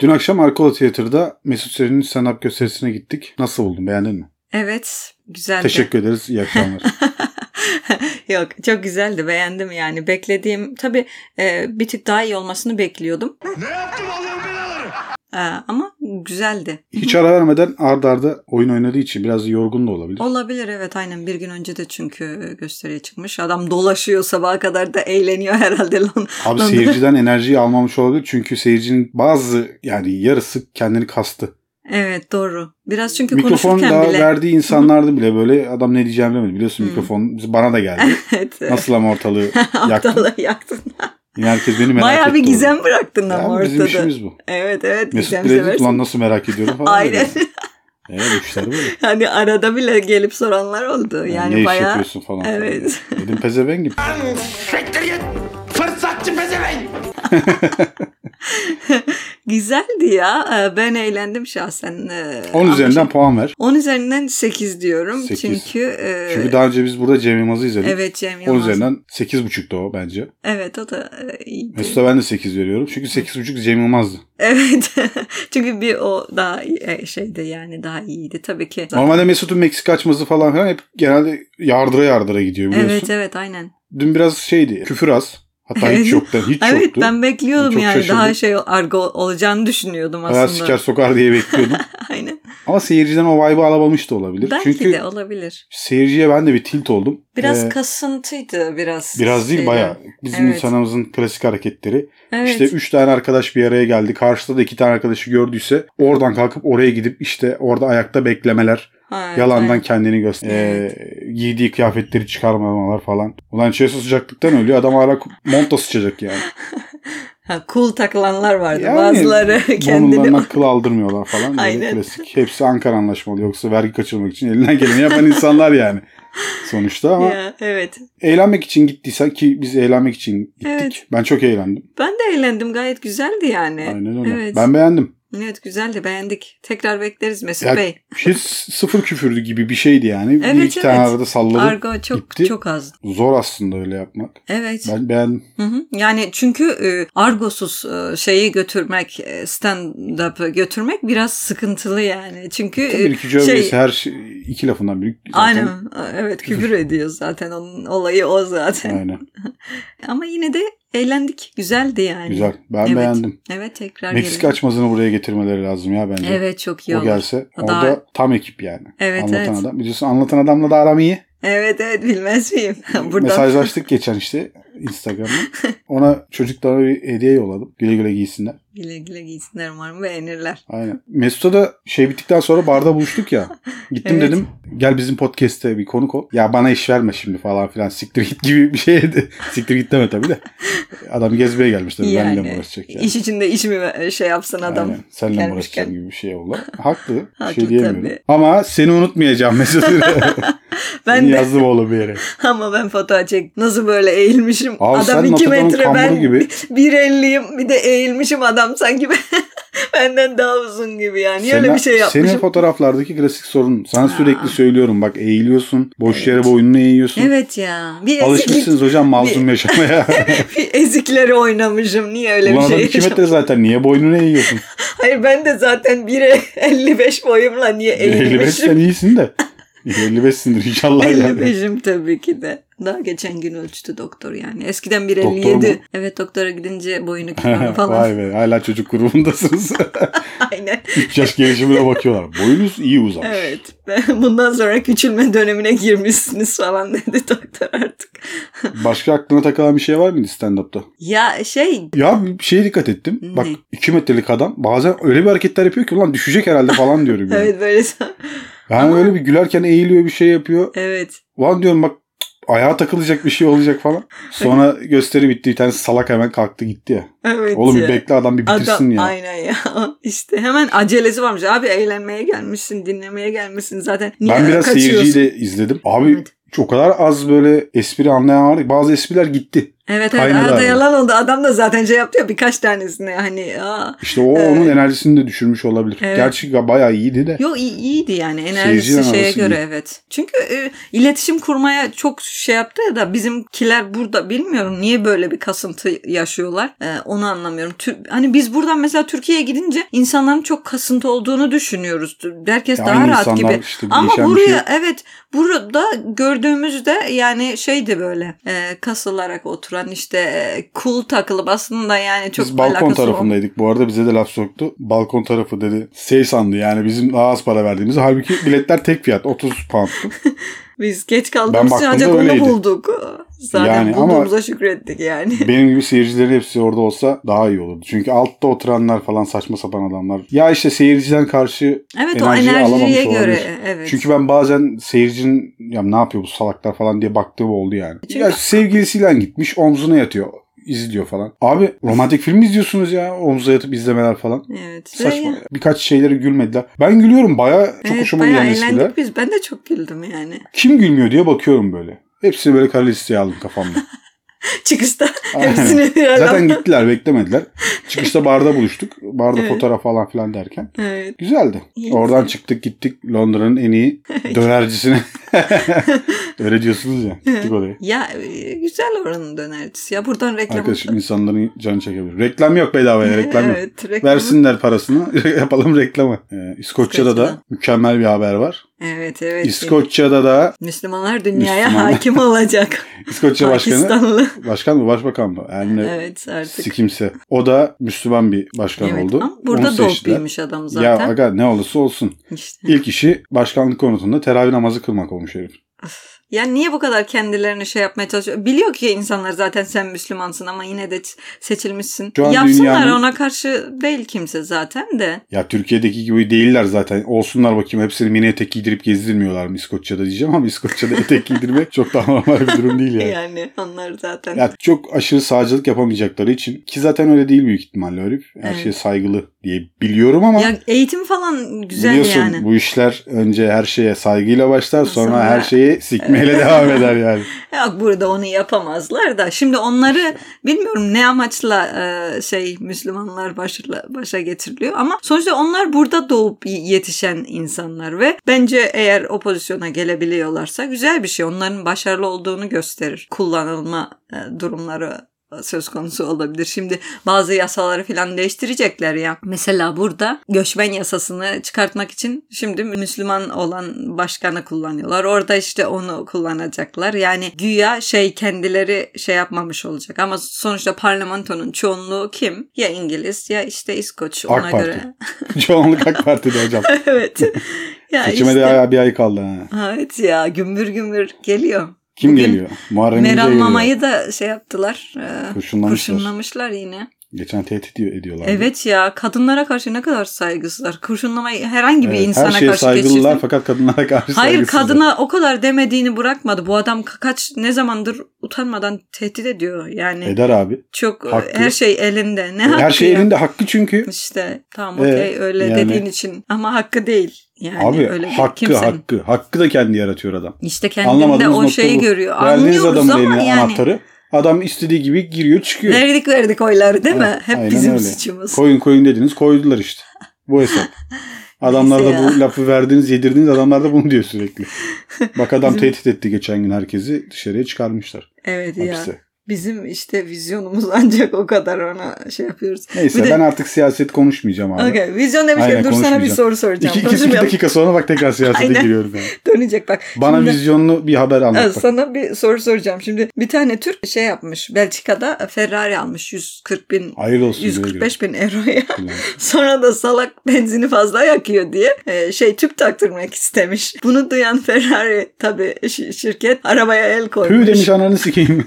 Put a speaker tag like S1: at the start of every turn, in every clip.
S1: Dün akşam Arkola Tiyatro'da Mesut Süren'in stand-up gösterisine gittik. Nasıl buldun? Beğendin mi?
S2: Evet, güzeldi.
S1: Teşekkür ederiz. İyi akşamlar.
S2: Yok, çok güzeldi. Beğendim yani. Beklediğim tabii e, bir tık daha iyi olmasını bekliyordum.
S3: Ne yaptım Allah'ım belaları?
S2: E, ama güzeldi.
S1: Hiç ara vermeden ardarda arda oyun oynadığı için biraz yorgun da olabilir.
S2: Olabilir evet aynen bir gün önce de çünkü gösteriye çıkmış. Adam dolaşıyor sabaha kadar da eğleniyor herhalde lan.
S1: Abi seyirciden enerjiyi almamış olabilir. Çünkü seyircinin bazı yani yarısı kendini kastı.
S2: Evet doğru. Biraz çünkü
S1: Mikrofon
S2: konuşurken
S1: daha
S2: bile.
S1: verdiği insanlarda bile böyle adam ne diyeceğimi bilemedi. Biliyorsun
S2: Hı.
S1: mikrofon bana da geldi.
S2: evet.
S1: Nasıl ama ortalığı yaktın?
S2: Aptala yaktın.
S1: Yine herkes beni merak
S2: Bayağı
S1: etti.
S2: bir
S1: orada.
S2: gizem bıraktın
S1: Ya
S2: ama
S1: bu
S2: ortada.
S1: Bizim işimiz bu.
S2: Evet evet
S1: Mesut
S2: gizem
S1: bile dedi ki, lan
S2: seversin.
S1: nasıl merak ediyorum falan.
S2: Aynen.
S1: dedi. Evet bu işler böyle.
S2: hani arada bile gelip soranlar oldu.
S1: ne
S2: Yani
S1: iş
S2: bayağı
S1: yapıyorsun falan.
S2: Evet.
S1: Dedim pezevengim.
S3: Siktir git. Fırsatçı pezevenk.
S2: güzeldi ya. Ee, Ben eğlendim şahsen. Ee,
S1: 10
S2: ama
S1: üzerinden
S2: şimdi-
S1: puan ver.
S2: 10 üzerinden 8 diyorum.
S1: Sekiz.
S2: Çünkü, e,
S1: Çünkü daha önce biz burada Cem Yılmaz'ı izledik.
S2: evet Cem
S1: 10
S2: Yılmaz.
S1: üzerinden 8.5'da o bence.
S2: Evet o da e, iyiydi.
S1: Mesut'a ben de 8 veriyorum. Çünkü 8.5 Cem Yılmaz'dı.
S2: Evet. Çünkü bir o daha e, şeydi yani daha iyiydi tabii ki.
S1: Normalde Mesut'un Meksika açması falan filan hep genelde yardıra yardıra gidiyor biliyorsun.
S2: Evet evet aynen.
S1: Dün biraz şeydi. Küfür az. Hatta hiç
S2: Evet.
S1: yoktu. Hiç
S2: Evet
S1: yoktu.
S2: ben bekliyordum
S1: Çok
S2: yani
S1: şaşırdım.
S2: daha şey argo olacağını düşünüyordum
S1: Bayağı
S2: aslında.
S1: siker sokar diye bekliyordum.
S2: Aynen.
S1: Ama seyirciden o vibe'ı alamamış da olabilir.
S2: Belki
S1: Çünkü
S2: de olabilir.
S1: seyirciye ben de bir tilt oldum.
S2: Biraz
S1: Ee,
S2: kasıntıydı biraz.
S1: Biraz değil
S2: şeyden.
S1: bayağı. Bizim
S2: Evet.
S1: insanımızın klasik hareketleri.
S2: Evet.
S1: İşte üç tane arkadaş bir araya geldi. Karşıda da iki tane arkadaşı gördüyse oradan kalkıp oraya gidip işte orada ayakta beklemeler.
S2: Ha, evet,
S1: yalandan
S2: aynen.
S1: kendini göster.
S2: Evet.
S1: Ee, giydiği kıyafetleri çıkarmamalar falan. Ulan içerisi sıcaklıktan ölüyor. Adam hala montla sıçacak yani.
S2: Ha, cool takılanlar vardı.
S1: Yani
S2: Bazıları kendini
S1: Burnundan kıl aldırmıyorlar falan. Böyle
S2: Aynen.
S1: klasik. Hepsi Ankara anlaşmalı. Yoksa vergi kaçırmak için elinden geleni yapan insanlar yani. Sonuçta ama
S2: Ya, evet.
S1: eğlenmek için gittiysen ki biz eğlenmek için gittik.
S2: Evet.
S1: Ben çok eğlendim.
S2: Ben de eğlendim. Gayet güzeldi yani.
S1: Aynen öyle.
S2: Evet.
S1: Ben beğendim.
S2: Evet güzeldi. Beğendik. Tekrar bekleriz Mesut
S1: Ya,
S2: Bey.
S1: Hiç şey sıfır küfürdü gibi bir şeydi yani. bir
S2: Evet,
S1: iki tane
S2: evet.
S1: arada salladı.
S2: Argo çok
S1: gitti.
S2: çok az.
S1: Zor aslında öyle yapmak.
S2: Evet.
S1: Ben beğendim.
S2: Hı hı. Yani çünkü e, argosuz e, şeyi götürmek, e, stand-up'ı götürmek biraz sıkıntılı yani. Çünkü
S1: Bir
S2: e,
S1: iki cövbesi her şey, iki lafından biri. zaten.
S2: aynen evet küfür ediyor zaten onun olayı o zaten.
S1: Aynen.
S2: Ama yine de eğlendik. Güzeldi yani.
S1: Güzel. Ben
S2: Evet.
S1: beğendim.
S2: Evet tekrar
S1: Meksika
S2: gelelim.
S1: açmazını buraya getirmeleri lazım ya bence.
S2: Evet çok iyi
S1: O
S2: oldu.
S1: gelse.
S2: O
S1: Orada
S2: daha-
S1: tam ekip yani.
S2: Evet,
S1: anlatan
S2: evet.
S1: adam. Biliyorsun anlatan adamla da aram iyi.
S2: Evet evet bilmez miyim? Buradan.
S1: Mesajlaştık geçen işte Instagram'da. Ona çocuklara bir hediye yolladım. Güle güle giysinler.
S2: Güle güle giysinler umarım beğenirler.
S1: Aynen. Mesut'a da şey bittikten sonra barda buluştuk ya. Gittim
S2: Evet.
S1: dedim gel bizim podcast'te bir konuk ol. Ya bana iş verme şimdi falan filan. Siktir git gibi bir şey. dedi. Siktir git deme tabii de. Adam gezmeye gelmiş tabii.
S2: yani,
S1: Benimle mi uğraşacak yani.
S2: iş içinde iş mi e, şey yapsın adam?
S1: Aynen. Seninle mi
S2: gelmişken.
S1: uğraşacağım gibi bir şey oldu. Haklı. bir
S2: Haklı
S1: şey diyemiyorum.
S2: tabii.
S1: Ama seni unutmayacağım Mesut.
S2: Ben
S1: Seni
S2: de
S1: yazdım oğlum bir yere.
S2: Ama ben fotoğraf çek. Nasıl böyle eğilmişim?
S1: Abi sen
S2: adam 2
S1: Notre Dame'ın
S2: metre ben
S1: kamburu gibi.
S2: 1.50'yim. Bir de eğilmişim adam sanki ben, benden daha uzun gibi yani. Öyle
S1: Sena-
S2: bir şey yapmışım.
S1: Senin fotoğraflardaki klasik sorun. Sana sürekli söylüyorum bak eğiliyorsun. Boş yere boynunu eğiyorsun.
S2: Evet ya. Bir eziklik,
S1: Alışmışsınız hocam mazlum yaşamaya.
S2: bir ezikleri oynamışım. Niye öyle
S1: Ulan
S2: bir
S1: adam
S2: şey
S1: 2
S2: yaşam-
S1: metre zaten. Niye boynunu eğiyorsun?
S2: Hayır ben de zaten 1.55 boyumla niye
S1: 55
S2: eğilmişim?
S1: sen iyisin de. 55'sindir inşallah yani.
S2: 55'im tabii ki de. Daha geçen gün ölçtü doktor yani. Eskiden
S1: Doktor
S2: 1.57.
S1: mu?
S2: Evet doktora gidince boyunu kilonu falan.
S1: Vay be hala çocuk grubundasınız.
S2: Aynen.
S1: 3 yaş gelişimine bakıyorlar. Boyunuz iyi uzamış.
S2: Evet. Bundan sonra küçülme dönemine girmişsiniz falan dedi doktor artık.
S1: Başka aklına takılan bir şey var mıydı stand-up'ta?
S2: Ya şey
S1: Ya bir şeye dikkat ettim.
S2: Ne?
S1: Bak 2 metrelik adam bazen öyle bir hareketler yapıyor ki ulan düşecek herhalde falan diyorum yani.
S2: evet böyle
S1: Yani öyle bir gülerken eğiliyor bir şey yapıyor.
S2: evet.
S1: Ulan diyorum bak cık, ayağa takılacak bir şey olacak falan. Sonra gösteri bitti. Bir tane salak hemen kalktı gitti ya.
S2: Evet.
S1: Oğlum bir
S2: ya.
S1: bekle adam bir bitirsin
S2: Adam
S1: ya.
S2: aynen ya. İşte hemen acelesi varmış. Abi eğlenmeye gelmişsin, dinlemeye gelmişsin zaten. Niye
S1: Ben biraz
S2: kaçıyorsun?
S1: seyirciyi de izledim. Abi
S2: Evet.
S1: çok o kadar az böyle espri anlayan vardı. ki Bazı espriler gitti.
S2: Evet evet
S1: Kaynadı
S2: arada
S1: abi.
S2: yalan oldu. Adam da zaten şey yaptı ya birkaç tanesini hani. Aa.
S1: İşte o onun enerjisini de düşürmüş olabilir.
S2: Evet.
S1: Gerçi bayağı iyiydi de.
S2: Yok iyi- iyiydi yani enerjisi
S1: Seyirciyle
S2: şeye
S1: arası
S2: göre
S1: iyi.
S2: evet. Çünkü e, iletişim kurmaya çok şey yaptı ya da bizimkiler burada bilmiyorum niye böyle bir kasıntı yaşıyorlar E, onu anlamıyorum. Tür- hani biz buradan mesela Türkiye'ye gidince insanların çok kasıntı olduğunu düşünüyoruz. Herkes
S1: Ya
S2: daha
S1: aynı
S2: rahat
S1: insanlar
S2: gibi.
S1: işte
S2: Ama
S1: değişen bir
S2: buraya
S1: şey yok.
S2: evet burada gördüğümüzde yani şeydi böyle e, kasılarak oturan işte e, cool takılıp aslında yani çok
S1: Biz balkon
S2: alakası olmayan-
S1: tarafındaydık. Bu arada bize de laf soktu. Balkon tarafı dedi. Şey sandı yani bizim daha az para verdiğimizi. Halbuki biletler tek fiyat. 30 pound'tu.
S2: Biz geç
S1: Ben
S2: kaldığımız için
S1: baktığımda
S2: ancak onu
S1: öyleydi.
S2: bulduk. Zaten
S1: Yani ama-
S2: bulduğumuza şükrettik yani.
S1: Benim gibi seyircilerin hepsi orada olsa daha iyi olurdu. Çünkü altta oturanlar falan saçma sapan adamlar. Ya işte seyirciden karşı
S2: Evet
S1: Enerjiyi
S2: o
S1: alamamış
S2: enerjiye göre.
S1: olabilir.
S2: Evet.
S1: çünkü ben bazen seyircinin ya ne yapıyor bu salaklar falan diye baktığım oldu yani. Ya sevgilisiyle gitmiş omzuna yatıyor izliyor falan. Abi romantik film izliyorsunuz ya omza yatıp izlemeler falan.
S2: Evet.
S1: Saçma.
S2: Ve-
S1: Birkaç şeylere gülmediler. Ben gülüyorum baya çok
S2: evet,
S1: hoşuma
S2: bayağı
S1: giden eskiler.
S2: eğlendik biz. Ben de çok güldüm yani.
S1: Kim gülmüyor diye bakıyorum böyle. Hepsini böyle kare listeye aldım kafamda.
S2: Çıkışta
S1: Aynen.
S2: hepsini bir arada-
S1: Zaten gittiler beklemediler. Çıkışta barda buluştuk. Barda
S2: Evet.
S1: fotoğraf falan filan derken.
S2: Evet.
S1: Güzeldi.
S2: İyi.
S1: Oradan çıktık gittik Londra'nın en iyi dönercisine. Öyle diyorsunuz ya. Gittik oraya.
S2: Ya e, güzel oranın dönercisi. Ya buradan reklam.
S1: Arkadaşım insanların canı çekebilir. Reklam yok bedavaya reklam yok.
S2: Evet, reklam.
S1: Versinler parasını yapalım reklamı. Ee, İskoçya'da da
S2: İskoçya'da.
S1: mükemmel bir haber var.
S2: Evet evet.
S1: İskoçya'da da
S2: Müslümanlar dünyaya
S1: Müslüman.
S2: hakim olacak.
S1: İskoçya Başkanı E,
S2: Pakistanlı.
S1: Başkan mı başbakan mı? Yani
S2: Evet artık.
S1: sikimse. O da Müslüman bir başkan
S2: Evet.
S1: oldu.
S2: Ama
S1: Onu
S2: burada
S1: seçtiler.
S2: dolpuymuş adam
S1: Ya
S2: zaten.
S1: aga ne olursa olsun.
S2: İşte.
S1: İlk işi başkanlık konutunda teravih namazı kılmak olmuş herif.
S2: Yani niye bu kadar kendilerini şey yapmaya çalışıyor? Biliyor ki insanlar zaten sen Müslümansın ama yine de ç- seçilmişsin.
S1: Şu an
S2: Yapsınlar
S1: dünyanın-
S2: ona karşı değil kimse zaten de.
S1: Ya Türkiye'deki gibi değiller zaten. Olsunlar bakayım hepsini mini etek giydirip gezdirmiyorlar mı İskoçya'da diyeceğim ama İskoçya'da etek giydirmek çok daha normal bir durum değil yani.
S2: Yani onlar zaten.
S1: Ya çok aşırı sağcılık yapamayacakları için ki zaten öyle değil büyük ihtimalle herif. Her
S2: Evet.
S1: şeye saygılı diye biliyorum ama
S2: Ya eğitim falan güzel
S1: biliyorsun
S2: yani.
S1: bu işler önce her şeye saygıyla başlar sonra,
S2: Sonra-
S1: her şeyi sikmeyle devam eder yani.
S2: Yok burada onu yapamazlar da. Şimdi onları bilmiyorum ne amaçla e, şey Müslümanlar başla, başa getiriliyor ama sonuçta onlar burada doğup y- yetişen insanlar ve bence eğer o pozisyona gelebiliyorlarsa güzel bir şey. Onların başarılı olduğunu gösterir. Kullanılma e, durumları söz konusu olabilir. Şimdi bazı yasaları falan değiştirecekler ya. Mesela burada göçmen yasasını çıkartmak için şimdi Müslüman olan başkanı kullanıyorlar. Orada işte onu kullanacaklar. Yani güya şey kendileri şey yapmamış olacak. Ama sonuçta parlamentonun çoğunluğu kim? Ya İngiliz ya işte İskoç ona
S1: AK Parti.
S2: göre.
S1: Çoğunluk AK Parti'de hocam.
S2: evet. Ya
S1: Seçime de
S2: işte.
S1: hala bir ay kaldı. Ha.
S2: Evet ya gümbür gümbür geliyor.
S1: Kim
S2: Bugün
S1: geliyor? Muharrem İnce
S2: Meral
S1: geliyor.
S2: Mama'yı da şey yaptılar. e,
S1: Kurşunlamışlar.
S2: Kurşunlamışlar yine.
S1: Geçen tehdit ediyor- ediyorlar.
S2: Evet ya kadınlara karşı ne kadar saygısızlar. Kurşunlamayı herhangi bir
S1: Evet,
S2: insana
S1: Her şeye
S2: karşı
S1: saygılılar
S2: geçirdim.
S1: fakat kadınlara karşı
S2: Hayır
S1: saygısızlar.
S2: kadına o kadar demediğini bırakmadı. Bu adam ka- kaç ne zamandır utanmadan tehdit ediyor. Yani
S1: Eder abi.
S2: çok
S1: haklı.
S2: her şey elinde. Ne
S1: Her
S2: hakkı
S1: şey
S2: ya?
S1: elinde hakkı çünkü.
S2: İşte tamam
S1: Evet,
S2: okey öyle
S1: yani-
S2: dediğin için ama hakkı değil. Yani
S1: abi
S2: öyle bir
S1: hakkı
S2: kimsenin.
S1: hakkı. Hakkı da kendi yaratıyor adam.
S2: İşte kendinde
S1: Anlamadığımız
S2: o
S1: nokta
S2: şeyi
S1: bu.
S2: görüyor.
S1: Verdiğiniz
S2: Anlıyoruz
S1: adamın
S2: ama
S1: eline
S2: yani.
S1: anahtarı. Adam istediği gibi giriyor çıkıyor.
S2: Verdik verdik oyları değil mi?
S1: Ha,
S2: Hep
S1: aynen
S2: bizim
S1: öyle.
S2: suçumuz.
S1: Koyun koyun dediniz koydular işte. Bu hesap. Adamlara
S2: Neyse
S1: da
S2: ya.
S1: bu lafı verdiğiniz yedirdiğiniz adamlar da bunu diyor sürekli. Bak adam
S2: Bizim-
S1: tehdit etti geçen gün herkesi dışarıya çıkarmışlar
S2: Evet ya.
S1: hapse.
S2: Bizim işte vizyonumuz ancak o kadar ona şey yapıyoruz.
S1: Neyse
S2: Bir de-
S1: ben artık siyaset konuşmayacağım abi.
S2: Okay, vizyon
S1: Aynen,
S2: demişken dur sana bir
S1: konuşmayacağım.
S2: soru soracağım.
S1: İki, iki, iki
S2: Konuşmayalım.
S1: dakika sonra bak tekrar siyasete
S2: Aynen.
S1: giriyorum yani.
S2: Dönecek bak.
S1: Bana
S2: Şimdi-
S1: vizyonlu bir haber
S2: Ha,
S1: anlat bak.
S2: Sana bir soru soracağım. Şimdi bir tane Türk şey yapmış. Belçika'da Ferrari almış 140 bin
S1: Hayır olsun. güle güle.
S2: 145 bin euroya.
S1: Kullan.
S2: Sonra da salak benzini fazla yakıyor diye e, şey tüp taktırmak istemiş. Bunu duyan Ferrari tabii şi- şirket arabaya el koymuş.
S1: Püh demiş ananı sikeyim.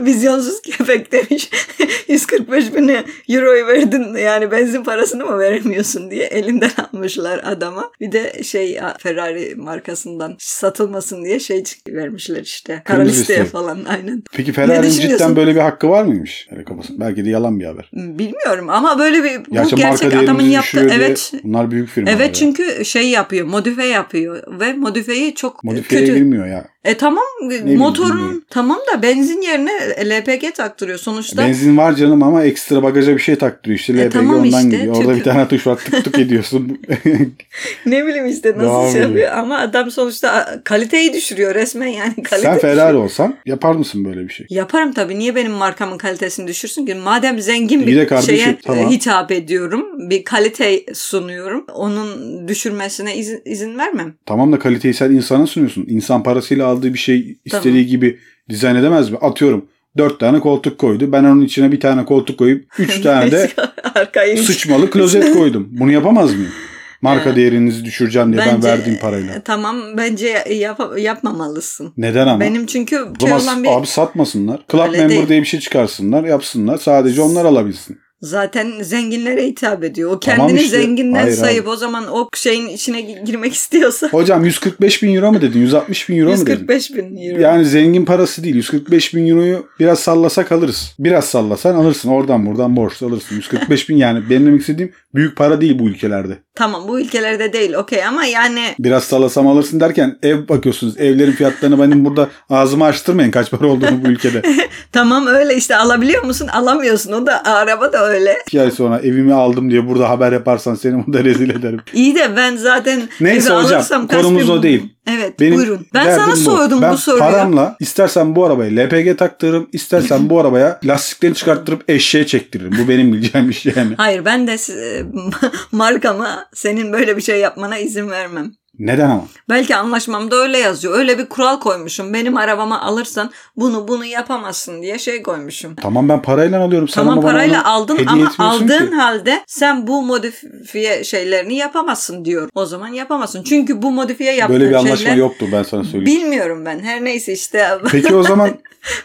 S2: Vizyonsuz köpek demiş. 145 bin euroyu verdin yani benzin parasını mı veremiyorsun diye elinden almışlar adama. Bir de şey Ferrari markasından satılmasın diye şey çık- vermişler işte. Kara
S1: Kırmızı
S2: listeye
S1: liste.
S2: falan aynen.
S1: Peki Ferrari'nin
S2: düşünüyorsun?
S1: cidden böyle bir hakkı var mıymış? Öyle kafasında. Belki de yalan bir haber.
S2: Bilmiyorum ama böyle bir bu
S1: Gerçi marka
S2: gerçek adamın
S1: değerimizi
S2: yaptığı
S1: düşürüyor
S2: evet
S1: diye bunlar büyük firmalar.
S2: Evet
S1: ya.
S2: çünkü şey yapıyor, modife yapıyor ve modifeyi çok
S1: Modifiyeye
S2: kötü.
S1: girmiyor ya.
S2: E tamam
S1: bileyim,
S2: motorun
S1: bilmiyorum.
S2: tamam da benzin yerine LPG taktırıyor sonuçta.
S1: Benzin var canım ama ekstra bagaja bir şey taktırıyor işte.
S2: E,
S1: LPG
S2: tamam
S1: ondan
S2: işte,
S1: gidiyor. Orada
S2: tüp.
S1: bir tane tuş var tık tık ediyorsun.
S2: ne bileyim işte nasıl
S1: Devam
S2: şey
S1: ediyor.
S2: yapıyor ama adam sonuçta a, kaliteyi düşürüyor resmen yani. Kalite
S1: Sen
S2: düşürüyor.
S1: Ferrari olsan yapar mısın böyle bir şey?
S2: Yaparım tabii. Niye benim markamın kalitesini düşürsün ki? Madem zengin
S1: İyi
S2: bir
S1: de kardeşim,
S2: şeye
S1: tamam.
S2: e, hitap ediyorum. Bir kalite sunuyorum. Onun düşürmesine izin, izin vermem.
S1: Tamam da kaliteyi sen insana sunuyorsun. İnsan parasıyla aldığı bir şey istediği gibi dizayn edemez mi? Atıyorum dört tane koltuk koydu. Ben onun içine bir tane koltuk koyup üç tane de
S2: Arkayı
S1: sıçmalı klozet koydum. Bunu yapamaz mıyım? Marka değerinizi düşüreceğim diye ben
S2: Bence-
S1: verdiğim parayla.
S2: Tamam bence yap- yapmamalısın.
S1: Neden ama?
S2: Benim çünkü
S1: O
S2: şey
S1: zaman
S2: olan bir
S1: abi satmasınlar. Club
S2: Öyle
S1: member
S2: değil.
S1: diye bir şey çıkarsınlar, yapsınlar. Sadece onlar alabilsin.
S2: zaten zenginlere hitap ediyor. O
S1: Tamam
S2: kendini
S1: işte.
S2: zenginden
S1: Hayır,
S2: sayıp o zaman o şeyin içine gi- girmek istiyorsa
S1: Hocam 145 bin euro mu dedin? 160 bin euro mu dedin?
S2: 145 bin euro.
S1: Yani zengin parası değil. 145 bin euroyu biraz sallasak alırız. Biraz sallasan alırsın. Oradan buradan borçlu alırsın. 145 bin yani benim demek istediğim büyük para değil bu ülkelerde.
S2: Tamam bu ülkelerde değil okey ama yani
S1: Biraz sallasam alırsın derken ev bakıyorsunuz. Evlerin fiyatlarını benim burada ağzımı açtırmayın kaç para olduğunu bu ülkede.
S2: Tamam öyle işte alabiliyor musun? Alamıyorsun. O da araba da öyle.
S1: İki ay sonra evimi aldım diye burada haber yaparsan seni burada rezil ederim.
S2: İyi de ben zaten
S1: Neyse
S2: evi
S1: hocam,
S2: alırsam kaç
S1: konumuz
S2: bin-
S1: o değil.
S2: Evet
S1: Benim
S2: buyurun. Ben
S1: derdim
S2: sana
S1: bu.
S2: sordum
S1: ben
S2: bu soruyu.
S1: paramla istersen bu arabaya LPG taktırırım, istersen bu arabaya lastiklerini çıkarttırıp eşeğe çektiririm. Bu benim bileceğim bir şey yani.
S2: Hayır ben de size- markama senin böyle bir şey yapmana izin vermem.
S1: Neden ama?
S2: Belki anlaşmamda öyle yazıyor. Öyle bir kural koymuşum. Benim arabama alırsan bunu bunu yapamazsın diye şey koymuşum.
S1: Tamam ben parayla alıyorum. Sen
S2: tamam
S1: ama bana
S2: parayla
S1: onu
S2: aldın
S1: hediye
S2: ama
S1: etmiyorsun
S2: aldığın
S1: ki.
S2: halde sen bu modifiye şeylerini yapamazsın diyor. O zaman yapamazsın. Çünkü bu modifiye yaptığın
S1: Böyle bir anlaşma
S2: şeyler
S1: yoktur ben sana söyleyeyim.
S2: Bilmiyorum ben. Her neyse işte.
S1: Peki o zaman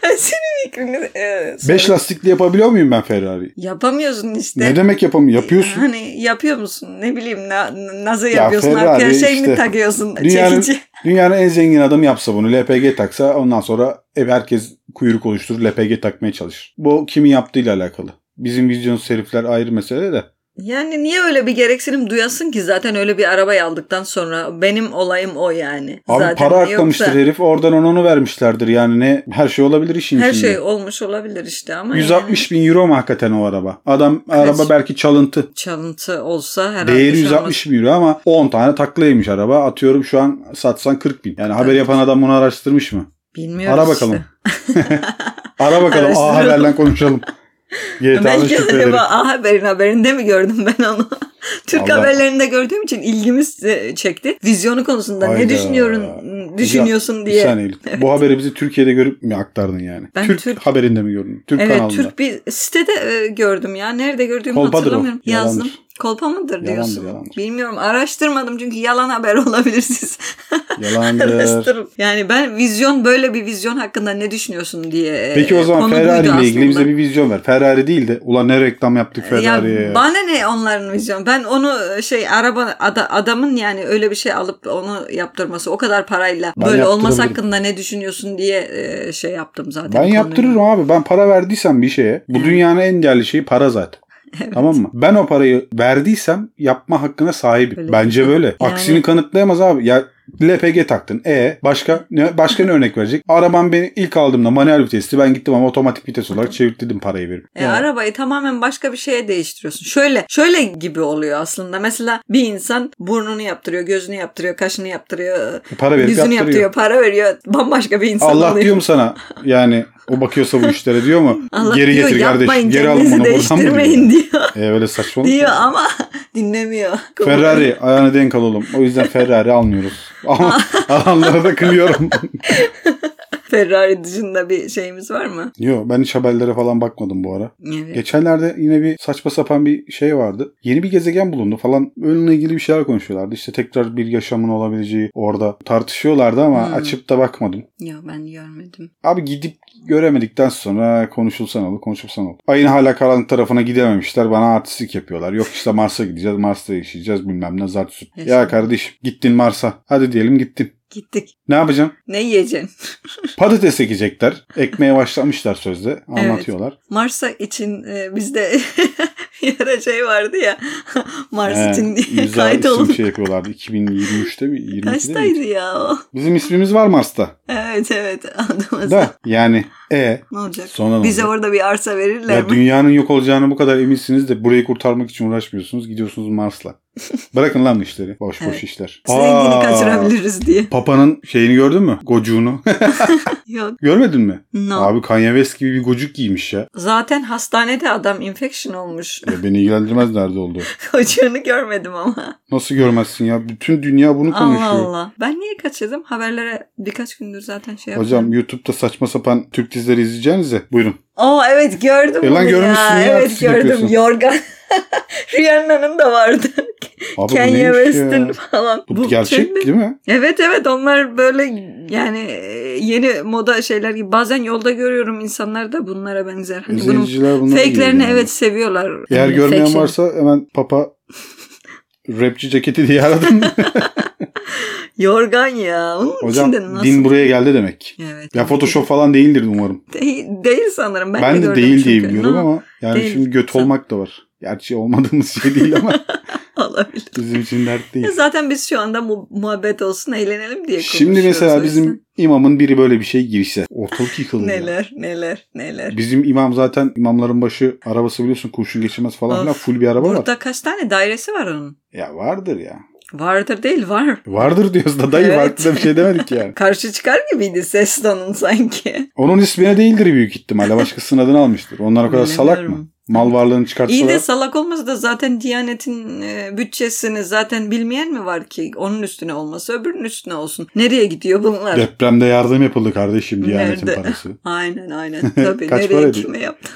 S2: Senin fikrini e, sor-
S1: 5 lastikli yapabiliyor muyum ben Ferrari'yi?
S2: Yapamıyorsun işte.
S1: Ne demek yapamıyorum? Yapıyorsun.
S2: Hani yapıyor musun? Ne bileyim na, nasıl
S1: Ya
S2: yapıyorsun?
S1: Ferrari
S2: Arkaya şey mi
S1: işte.
S2: takıyorsun?
S1: Dünyanın,
S2: Çekici.
S1: dünyanın en zengin adamı yapsa bunu LPG taksa ondan sonra ev herkes kuyruk oluşturur LPG takmaya çalışır. Bu kimin yaptığıyla alakalı. Bizim vizyonsuz herifler ayrı mesele de.
S2: Yani niye öyle bir gereksinim duyasın ki zaten öyle bir arabayı aldıktan sonra benim olayım o yani.
S1: Abi
S2: zaten
S1: para
S2: yoksa
S1: aklamıştır herif. Oradan ona onu vermişlerdir. Yani ne her şey olabilir işin
S2: Her
S1: içinde.
S2: şey olmuş olabilir işte ama
S1: 160 bin euro mu hakikaten o araba? Adam
S2: Kaç?
S1: araba belki çalıntı.
S2: yani çalıntı olsa herhalde
S1: Değeri
S2: şu an-
S1: 160 bin euro ama 10 tane taklaymış araba. Atıyorum şu an satsan 40 bin. Yani haber yapan adam bunu araştırmış mı?
S2: Bilmiyoruz
S1: Ara
S2: işte.
S1: bakalım. Ara bakalım. A
S2: Araştıralım.
S1: haberle konuşalım. GTA'nın
S2: Belki
S1: şüpheleri.
S2: acaba A Haber'in haberinde mi gördüm ben onu? Türk
S1: Vallahi-
S2: haberlerinde gördüğüm için ilgimiz e, çekti. Vizyonu konusunda
S1: Hayda.
S2: ne düşünüyorsun, düşünüyorsun
S1: Bir
S2: diye.
S1: saniye. Bu haberi bizi Türkiye'de görüp mi aktardın yani?
S2: Ben
S1: Türk,
S2: Türk-
S1: haberinde mi gördün? Türk
S2: evet
S1: kanalında.
S2: Türk bir sitede e, gördüm ya. Nerede gördüğümü
S1: Kolpadır o.
S2: hatırlamıyorum.
S1: Yalandır.
S2: Yazdım. Kolpa mıdır
S1: Yalandır,
S2: diyorsun?
S1: yalandır.
S2: Bilmiyorum. Araştırmadım çünkü yalan haber olabilir siz.
S1: Yalandır.
S2: Araştırın. Yani ben vizyon böyle bir vizyon hakkında ne düşünüyorsun diye. e,
S1: Peki o zaman
S2: konu
S1: Ferrari
S2: buydu
S1: ile ilgili
S2: aslında.
S1: bize bir vizyon ver. Ferrari değil de ulan ne reklam yaptık Ferrari'ye.
S2: Ya
S1: ya.
S2: bana ne onların vizyonu? Ben onu şey araba ada- adamın yani öyle bir şey alıp onu yaptırması o kadar parayla
S1: Ben
S2: böyle olması
S1: yaptırabilirim.
S2: hakkında ne düşünüyorsun diye e, şey yaptım zaten.
S1: Ben
S2: konuyu.
S1: yaptırırım abi. Ben para verdiysem bir şeye. Bu dünyanın en değerli şeyi para zaten.
S2: Evet.
S1: Tamam mı? Ben o parayı verdiysem yapma hakkına sahibim.
S2: Öyle.
S1: Bence böyle.
S2: Yani-
S1: Aksini kanıtlayamaz abi. Ya LPG taktın. E başka ne başka ne örnek verecek? Arabam beni ilk aldığımda manuel vitesti. Ben gittim ama otomatik vites olarak çevirtledim parayı verip.
S2: E, arabayı tamamen başka bir şeye değiştiriyorsun. Şöyle şöyle gibi oluyor aslında. Mesela bir insan burnunu yaptırıyor, gözünü yaptırıyor, kaşını yaptırıyor,
S1: E, Para verip
S2: yüzünü
S1: yaptırıyor.
S2: yaptırıyor, para veriyor. Bambaşka bir insan
S1: Allah
S2: oluyor.
S1: diyor mu sana? Yani o bakıyorsa bu işlere diyor mu?
S2: Allah
S1: Geri
S2: diyor,
S1: getir
S2: yapmayın
S1: kardeşim. Geri alın
S2: kendinizi
S1: bunu buradan mı?
S2: değiştirmeyin diyor.
S1: E öyle saçmalık.
S2: diyor
S1: ya.
S2: ama dinlemiyor.
S1: Ferrari ayağına denk alalım. O yüzden Ferrari almıyoruz. Ama alanlara da kınıyorum.
S2: Ferrari dışında bir şeyimiz var mı?
S1: Yo ben hiç haberlere falan bakmadım bu ara.
S2: Evet.
S1: Geçenlerde yine bir saçma sapan bir şey vardı. Yeni bir gezegen bulundu falan. Onunla ilgili bir şeyler konuşuyorlardı. İşte tekrar bir yaşamın olabileceği orada tartışıyorlardı ama
S2: Hmm.
S1: açıp da bakmadım.
S2: Yok ben görmedim.
S1: Abi gidip göremedikten sonra konuşulsan olur, konuşulsan olur. Ayın hala karanlık tarafına gidememişler. Bana artistlik yapıyorlar. Yok işte Mars'a gideceğiz, Mars'ta yaşayacağız bilmem ne zart süt.
S2: Yaşa.
S1: Ya kardeşim gittin Mars'a. Hadi diyelim gittin.
S2: Gittik.
S1: Ne yapacaksın?
S2: Ne yiyeceksin?
S1: Patates ekecekler. Ekmeye başlamışlar sözde. Anlatıyorlar.
S2: Mars'a için e, biz de Bir ara şey vardı ya Mars
S1: He,
S2: için diye
S1: imza isim
S2: kaydolun.
S1: şey yapıyorlardı. 2023'te mi? 22'de mi?
S2: Kaçtaydı ya o?
S1: Bizim ismimiz var Mars'ta.
S2: Evet evet adımız.
S1: Da yani e
S2: Ne olacak?
S1: sonra ne
S2: Bize
S1: olacak?
S2: orada bir arsa verirler
S1: Ya
S2: mi?
S1: dünyanın yok olacağını bu kadar eminsiniz de burayı kurtarmak için uğraşmıyorsunuz. Gidiyorsunuz Mars'la. Bırakın lan bu işleri. Boş
S2: Evet.
S1: boş işler.
S2: Zengini
S1: Aa,
S2: kaçırabiliriz diye.
S1: Papa'nın şeyini gördün mü? Gocuğunu.
S2: Yok.
S1: Görmedin mi?
S2: No.
S1: Abi Kanye West gibi bir gocuk giymiş ya.
S2: Zaten hastanede adam infection olmuş.
S1: ya beni ilgilendirmez nerede oldu.
S2: Kocağını görmedim ama.
S1: Nasıl görmezsin ya? Bütün dünya bunu
S2: Allah
S1: konuşuyor.
S2: Allah. Ben niye kaçırdım? Haberlere birkaç gündür zaten şey yapıyorum.
S1: Hocam YouTube'da saçma sapan Türk dizileri izleyeceğinize buyurun.
S2: Aa evet gördüm
S1: E lan
S2: bunu
S1: görmüşsün ya,
S2: Evet
S1: artistik
S2: gördüm.
S1: yapıyorsun.
S2: Yorgan. Rihanna'nın da vardı.
S1: Abi bu
S2: Kanye
S1: neymiş ya?
S2: West'in falan.
S1: Bu, gerçek
S2: şey mi?
S1: değil mi?
S2: Evet evet onlar böyle yani e, yeni moda şeyler gibi. Bazen yolda görüyorum insanlar da bunlara benzer. Hani bunun
S1: İzleyiciler bunları
S2: fake'lerini
S1: giyiyor yani.
S2: evet seviyorlar.
S1: Eğer
S2: Hani
S1: görmeyen
S2: fake'ini.
S1: varsa hemen papa rapçi ceketi diye aradım.
S2: Yorgan ya. Onun
S1: Hocam
S2: içinde nasıl?
S1: din buraya geldi demek.
S2: Evet.
S1: Ya Photoshop falan değildir umarım.
S2: Değil, değil sanırım. Ben,
S1: Ben, de
S2: gördüm
S1: değil
S2: çünkü.
S1: diye biliyorum
S2: Ne
S1: ama yani
S2: değil.
S1: şimdi göt
S2: Sen-
S1: olmak da var. Gerçi olmadığımız şey değil ama
S2: Olabilir.
S1: bizim için dert değil.
S2: Ya Zaten biz şu anda mu- muhabbet olsun, eğlenelim diye konuşuyoruz.
S1: Şimdi
S2: o
S1: mesela
S2: yüzden.
S1: bizim imamın biri böyle bir şey girse ortalık yıkılır. ya.
S2: Neler, neler, neler.
S1: Bizim imam zaten imamların başı arabası biliyorsun kurşun geçirmez falan
S2: Of.
S1: filan full bir araba var.
S2: Burada kaç tane dairesi var onun?
S1: Ya vardır ya.
S2: Vardır değil, var.
S1: Vardır diyoruz da dayı
S2: Evet.
S1: vardır da bir şey demedik yani.
S2: Karşı çıkar gibiydi ses tonun sanki.
S1: Onun ismine değildir büyük ihtimalle. Başkasının adını almıştır. Onlar o kadar salak mı?
S2: Bilemiyorum.
S1: Mal varlığını çıkartsalar.
S2: İyi de salak olmasa da zaten Diyanet'in e, bütçesini zaten bilmeyen mi var ki? Onun üstüne olması öbürünün üstüne olsun. Nereye gidiyor bunlar?
S1: Depremde yardım yapıldı kardeşim Diyanet'in
S2: Nerede?
S1: parası.
S2: Aynen aynen. Tabii
S1: Kaç
S2: nereye
S1: paraydı?
S2: kime yaptı?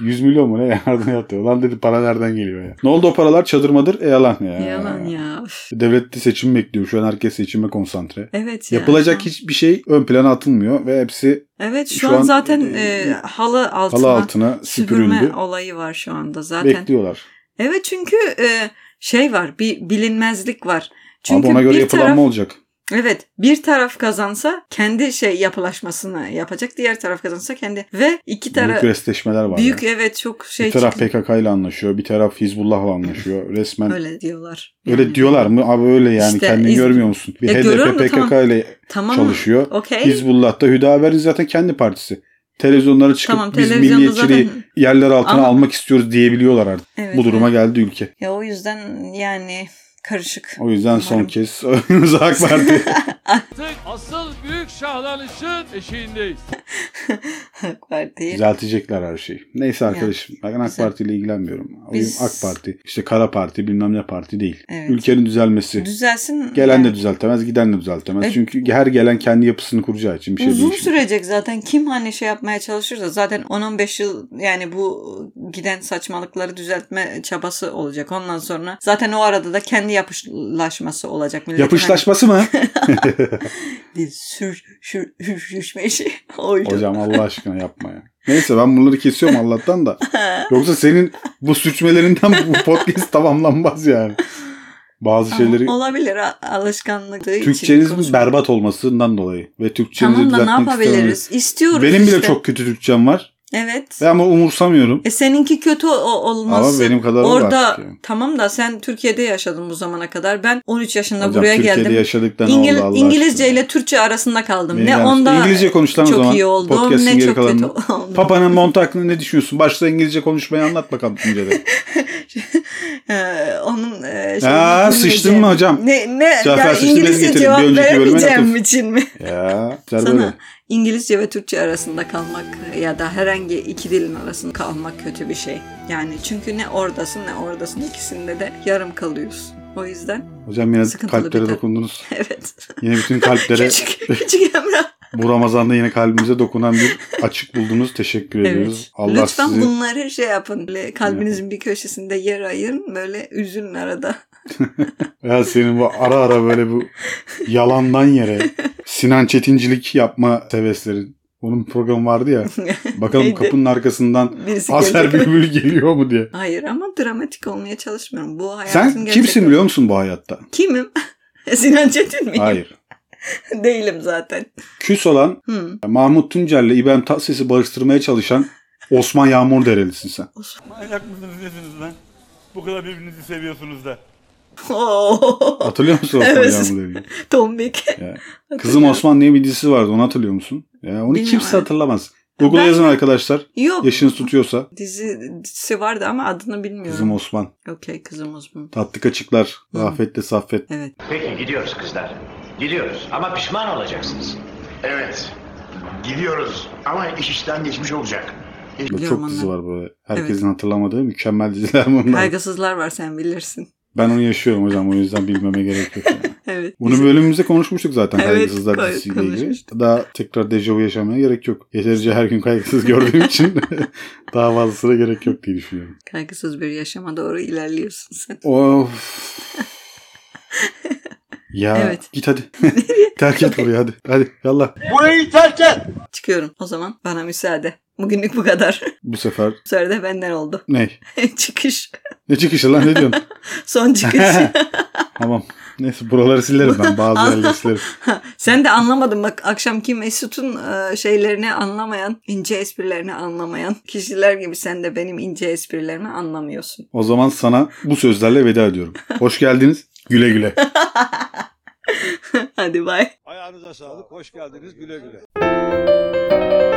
S1: 100 milyon mu ne yardım yaptı? Ulan dedi para nereden geliyor ya? Ne oldu o paralar çadır madır? E yalan ya.
S2: Yalan ya. Üf.
S1: Devlet de seçim bekliyor. Şu an herkes seçime konsantre.
S2: Evet ya.
S1: Yapılacak
S2: Şu an-
S1: hiçbir şey ön plana atılmıyor ve hepsi
S2: Evet şu,
S1: şu
S2: an,
S1: an,
S2: zaten
S1: e,
S2: e, halı altına,
S1: halı altına
S2: süpürme
S1: süpürüldü.
S2: olayı var şu anda zaten.
S1: Bekliyorlar.
S2: Evet çünkü e, şey var bir bilinmezlik var. Çünkü
S1: Abi ona göre
S2: bir
S1: yapılan
S2: taraf
S1: mı olacak?
S2: evet bir taraf kazansa kendi şey yapılaşmasını yapacak. Diğer taraf kazansa kendi ve iki
S1: Büyük
S2: taraf büyük,
S1: restleşmeler var. ya.
S2: evet çok şey
S1: bir taraf
S2: çıktı.
S1: PKK ile anlaşıyor, bir taraf Hizbullah'la anlaşıyor. Resmen öyle,
S2: öyle diyorlar. Yani.
S1: diyorlar mı? Abi öyle yani
S2: İşte
S1: kendini
S2: Hiz-
S1: görmüyor musun? Bir
S2: Ya görüyorum
S1: HDP
S2: da
S1: PKK
S2: tamam.
S1: ile
S2: Tamam.
S1: çalışıyor.
S2: Okey.
S1: Hizbullah da Hüdaver'in zaten kendi partisi. Televizyonlara çıkıp
S2: Tamam
S1: biz
S2: televizyonda
S1: milliyetçiliği
S2: zaten
S1: yerler altına
S2: Ama-
S1: almak istiyoruz diyebiliyorlar artık.
S2: Evet,
S1: Bu duruma
S2: evet.
S1: geldi ülke.
S2: Ya o yüzden yani karışık.
S1: O yüzden son
S2: Umarım.
S1: kez oyunuza hak verdi.
S4: Artık asıl büyük şahlanışın eşiğindeyiz.
S2: Hak verdiği.
S1: Düzeltecekler her şeyi. Neyse arkadaşım ben AK
S2: güzel.
S1: Parti ile ilgilenmiyorum. O
S2: Biz-
S1: AK Parti işte kara parti bilmem ne parti değil.
S2: Evet.
S1: Ülkenin düzelmesi.
S2: Düzelsin.
S1: Gelen
S2: yani.
S1: de düzeltemez, giden de düzeltemez.
S2: E-
S1: Çünkü her gelen kendi yapısını kuracağı için bir şey
S2: Uzun
S1: değişmiyor.
S2: sürecek zaten. Kim hani şey yapmaya çalışırsa zaten 10-15 yıl yani bu giden saçmalıkları düzeltme çabası olacak. Ondan sonra zaten o arada da kendi yapışlaşması olacak. Milletin
S1: Yapışlaşması mı?
S2: hani dil sür, şür, hürüşme işi oydu.
S1: Hocam Allah aşkına yapma ya. Neyse ben bunları kesiyorum Allah'tan da. Yoksa senin bu sürçmelerinden bu podcast tamamlanmaz yani. Bazı
S2: Ama
S1: şeyleri
S2: olabilir a- alışkanlıklığı için.
S1: Türkçenizin
S2: konuşma.
S1: berbat olmasından dolayı ve Türkçenizi
S2: Tamam da ne
S1: düzeltmek istemiyorum.
S2: yapabiliriz? İstiyoruz
S1: Benim bile
S2: işte.
S1: çok kötü Türkçem var.
S2: Evet.
S1: Ve ama umursamıyorum.
S2: E seninki kötü o- olması.
S1: Ama benim kadarı var
S2: Orada
S1: artık yani.
S2: tamam da sen Türkiye'de yaşadın bu zamana kadar. Ben 13 yaşında
S1: Hocam
S2: buraya
S1: Türkiye'de
S2: geldim.
S1: yaşadıktan
S2: İngil-
S1: oldu Allah
S2: İngilizce
S1: aşkına.
S2: ile Türkçe arasında kaldım.
S1: Beni
S2: ne
S1: gelmiş.
S2: onda
S1: İngilizce konuş lan o
S2: çok
S1: zaman.
S2: iyi oldum
S1: Podcast'in
S2: ne
S1: geri
S2: çok kötü
S1: kalanını.
S2: oldum.
S1: Papa'nın montu hakkında ne düşünüyorsun? Başla İngilizce konuşmayı anlat bakalım düşünceleri.
S2: Ee, onun e,
S1: Aa,
S2: şeyini
S1: sıçtın
S2: bilmeyeceğim.
S1: mı hocam?
S2: Ne, ne
S1: Cafer
S2: ya
S1: Sıçtın bezi
S2: İngilizce
S1: getirin.
S2: cevap
S1: Bir önceki bölüme
S2: veremeyeceğim
S1: laf et.
S2: için mi?
S1: ya. güzel
S2: Sana
S1: böyle.
S2: İngilizce ve Türkçe arasında kalmak ya da herhangi iki dilin arasında kalmak kötü bir şey. Yani çünkü ne oradasın ne oradasın ikisinde de yarım kalıyorsun. O yüzden
S1: Hocam yine
S2: Sıkıntılı bir
S1: kalplere
S2: de-
S1: dokundunuz.
S2: evet.
S1: Yine bütün kalplere
S2: küçük, küçük Emrah.
S1: bu Ramazan'da yine kalbimize dokunan bir açık buldunuz. Teşekkür ediyoruz. Allah
S2: Lütfen
S1: sizi
S2: bunları şey yapın. Böyle kalbinizin bir köşesinde yer ayırın. Böyle üzülün arada.
S1: ya senin bu ara ara böyle bu yalandan yere Sinan Çetincilik yapma heveslerin. Onun programı vardı ya. Bakalım
S2: Neydi?
S1: kapının arkasından
S2: Birisi
S1: Azer
S2: gelecek.
S1: Bülbül geliyor mu diye.
S2: Hayır ama dramatik olmaya çalışmıyorum. Bu hayatın
S1: Sen
S2: gerçekleri-
S1: kimsin biliyor musun bu hayatta?
S2: Kimim? Sinan Çetin miyim?
S1: Hayır.
S2: Değilim zaten.
S1: Küs olan
S2: Hmm.
S1: Mahmut Tuncer'le İbrahim Tatlıses'i barıştırmaya çalışan Osman Yağmur Derelisin sen.
S5: Manyak mısınız nesiniz lan? Bu kadar birbirinizi seviyorsunuz da.
S2: Oo,
S1: Hatırlıyor musun Osman
S2: Evet.
S1: Yağmur Dereli'yi?
S2: Tombik.
S1: Ya. Kızım Osman diye bir dizisi vardı onu hatırlıyor musun? Ya onu
S2: Bilmiyorum.
S1: kimse hatırlamaz. Google'a
S2: Ben-
S1: yazın arkadaşlar.
S2: Yok
S1: Yaşınız tutuyorsa.
S2: dizisi vardı ama adını bilmiyorum.
S1: Kızım Osman.
S2: Okey kızım Osman.
S1: Tatlı kaçıklar. Rafet'le Saffet.
S2: Evet.
S6: Peki gidiyoruz kızlar. Gidiyoruz ama pişman olacaksınız.
S3: Evet. Gidiyoruz ama iş işten geçmiş olacak.
S1: Böyle
S2: Biliyorum
S1: çok dizi
S2: onları.
S1: var böyle. Herkesin hatırlamadığı mükemmel diziler bunlar.
S2: Kaygısızlar var sen bilirsin.
S1: Ben onu yaşıyorum hocam o yüzden bilmeme gerek yok. yani.
S2: Evet.
S1: Bunu bölümümüzde konuşmuştuk zaten
S2: Evet,
S1: kaygısızlar
S2: ko-
S1: dizisiyle ilgili.
S2: konuşmuştuk.
S1: Daha tekrar dejavu yaşamaya gerek yok. Yeterince her gün kaygısız gördüğüm için daha fazlasına gerek yok diye düşünüyorum.
S2: Kaygısız bir yaşama doğru ilerliyorsun sen.
S1: Of. ya
S2: Evet.
S1: git hadi. Terk et burayı hadi. Hadi yallah.
S2: Çıkıyorum o zaman. Bana müsaade. Bugünlük bu kadar.
S1: Bu sefer
S2: bu sefer de benden oldu.
S1: ne?
S2: çıkış.
S1: Ne çıkışı lan ne diyorsun?
S2: Son çıkış.
S1: tamam. Neyse buraları silerim ben. Bazı yerleri silerim.
S2: sen de anlamadın bak akşamki Mesut'un e, şeylerini anlamayan, ince esprilerini anlamayan kişiler gibi sen de benim ince esprilerimi anlamıyorsun.
S1: O zaman sana bu sözlerle veda ediyorum. Hoş geldiniz. Güle güle.
S2: Hadi bay.
S5: Ayağınıza sağlık. Hoş geldiniz. Güle güle.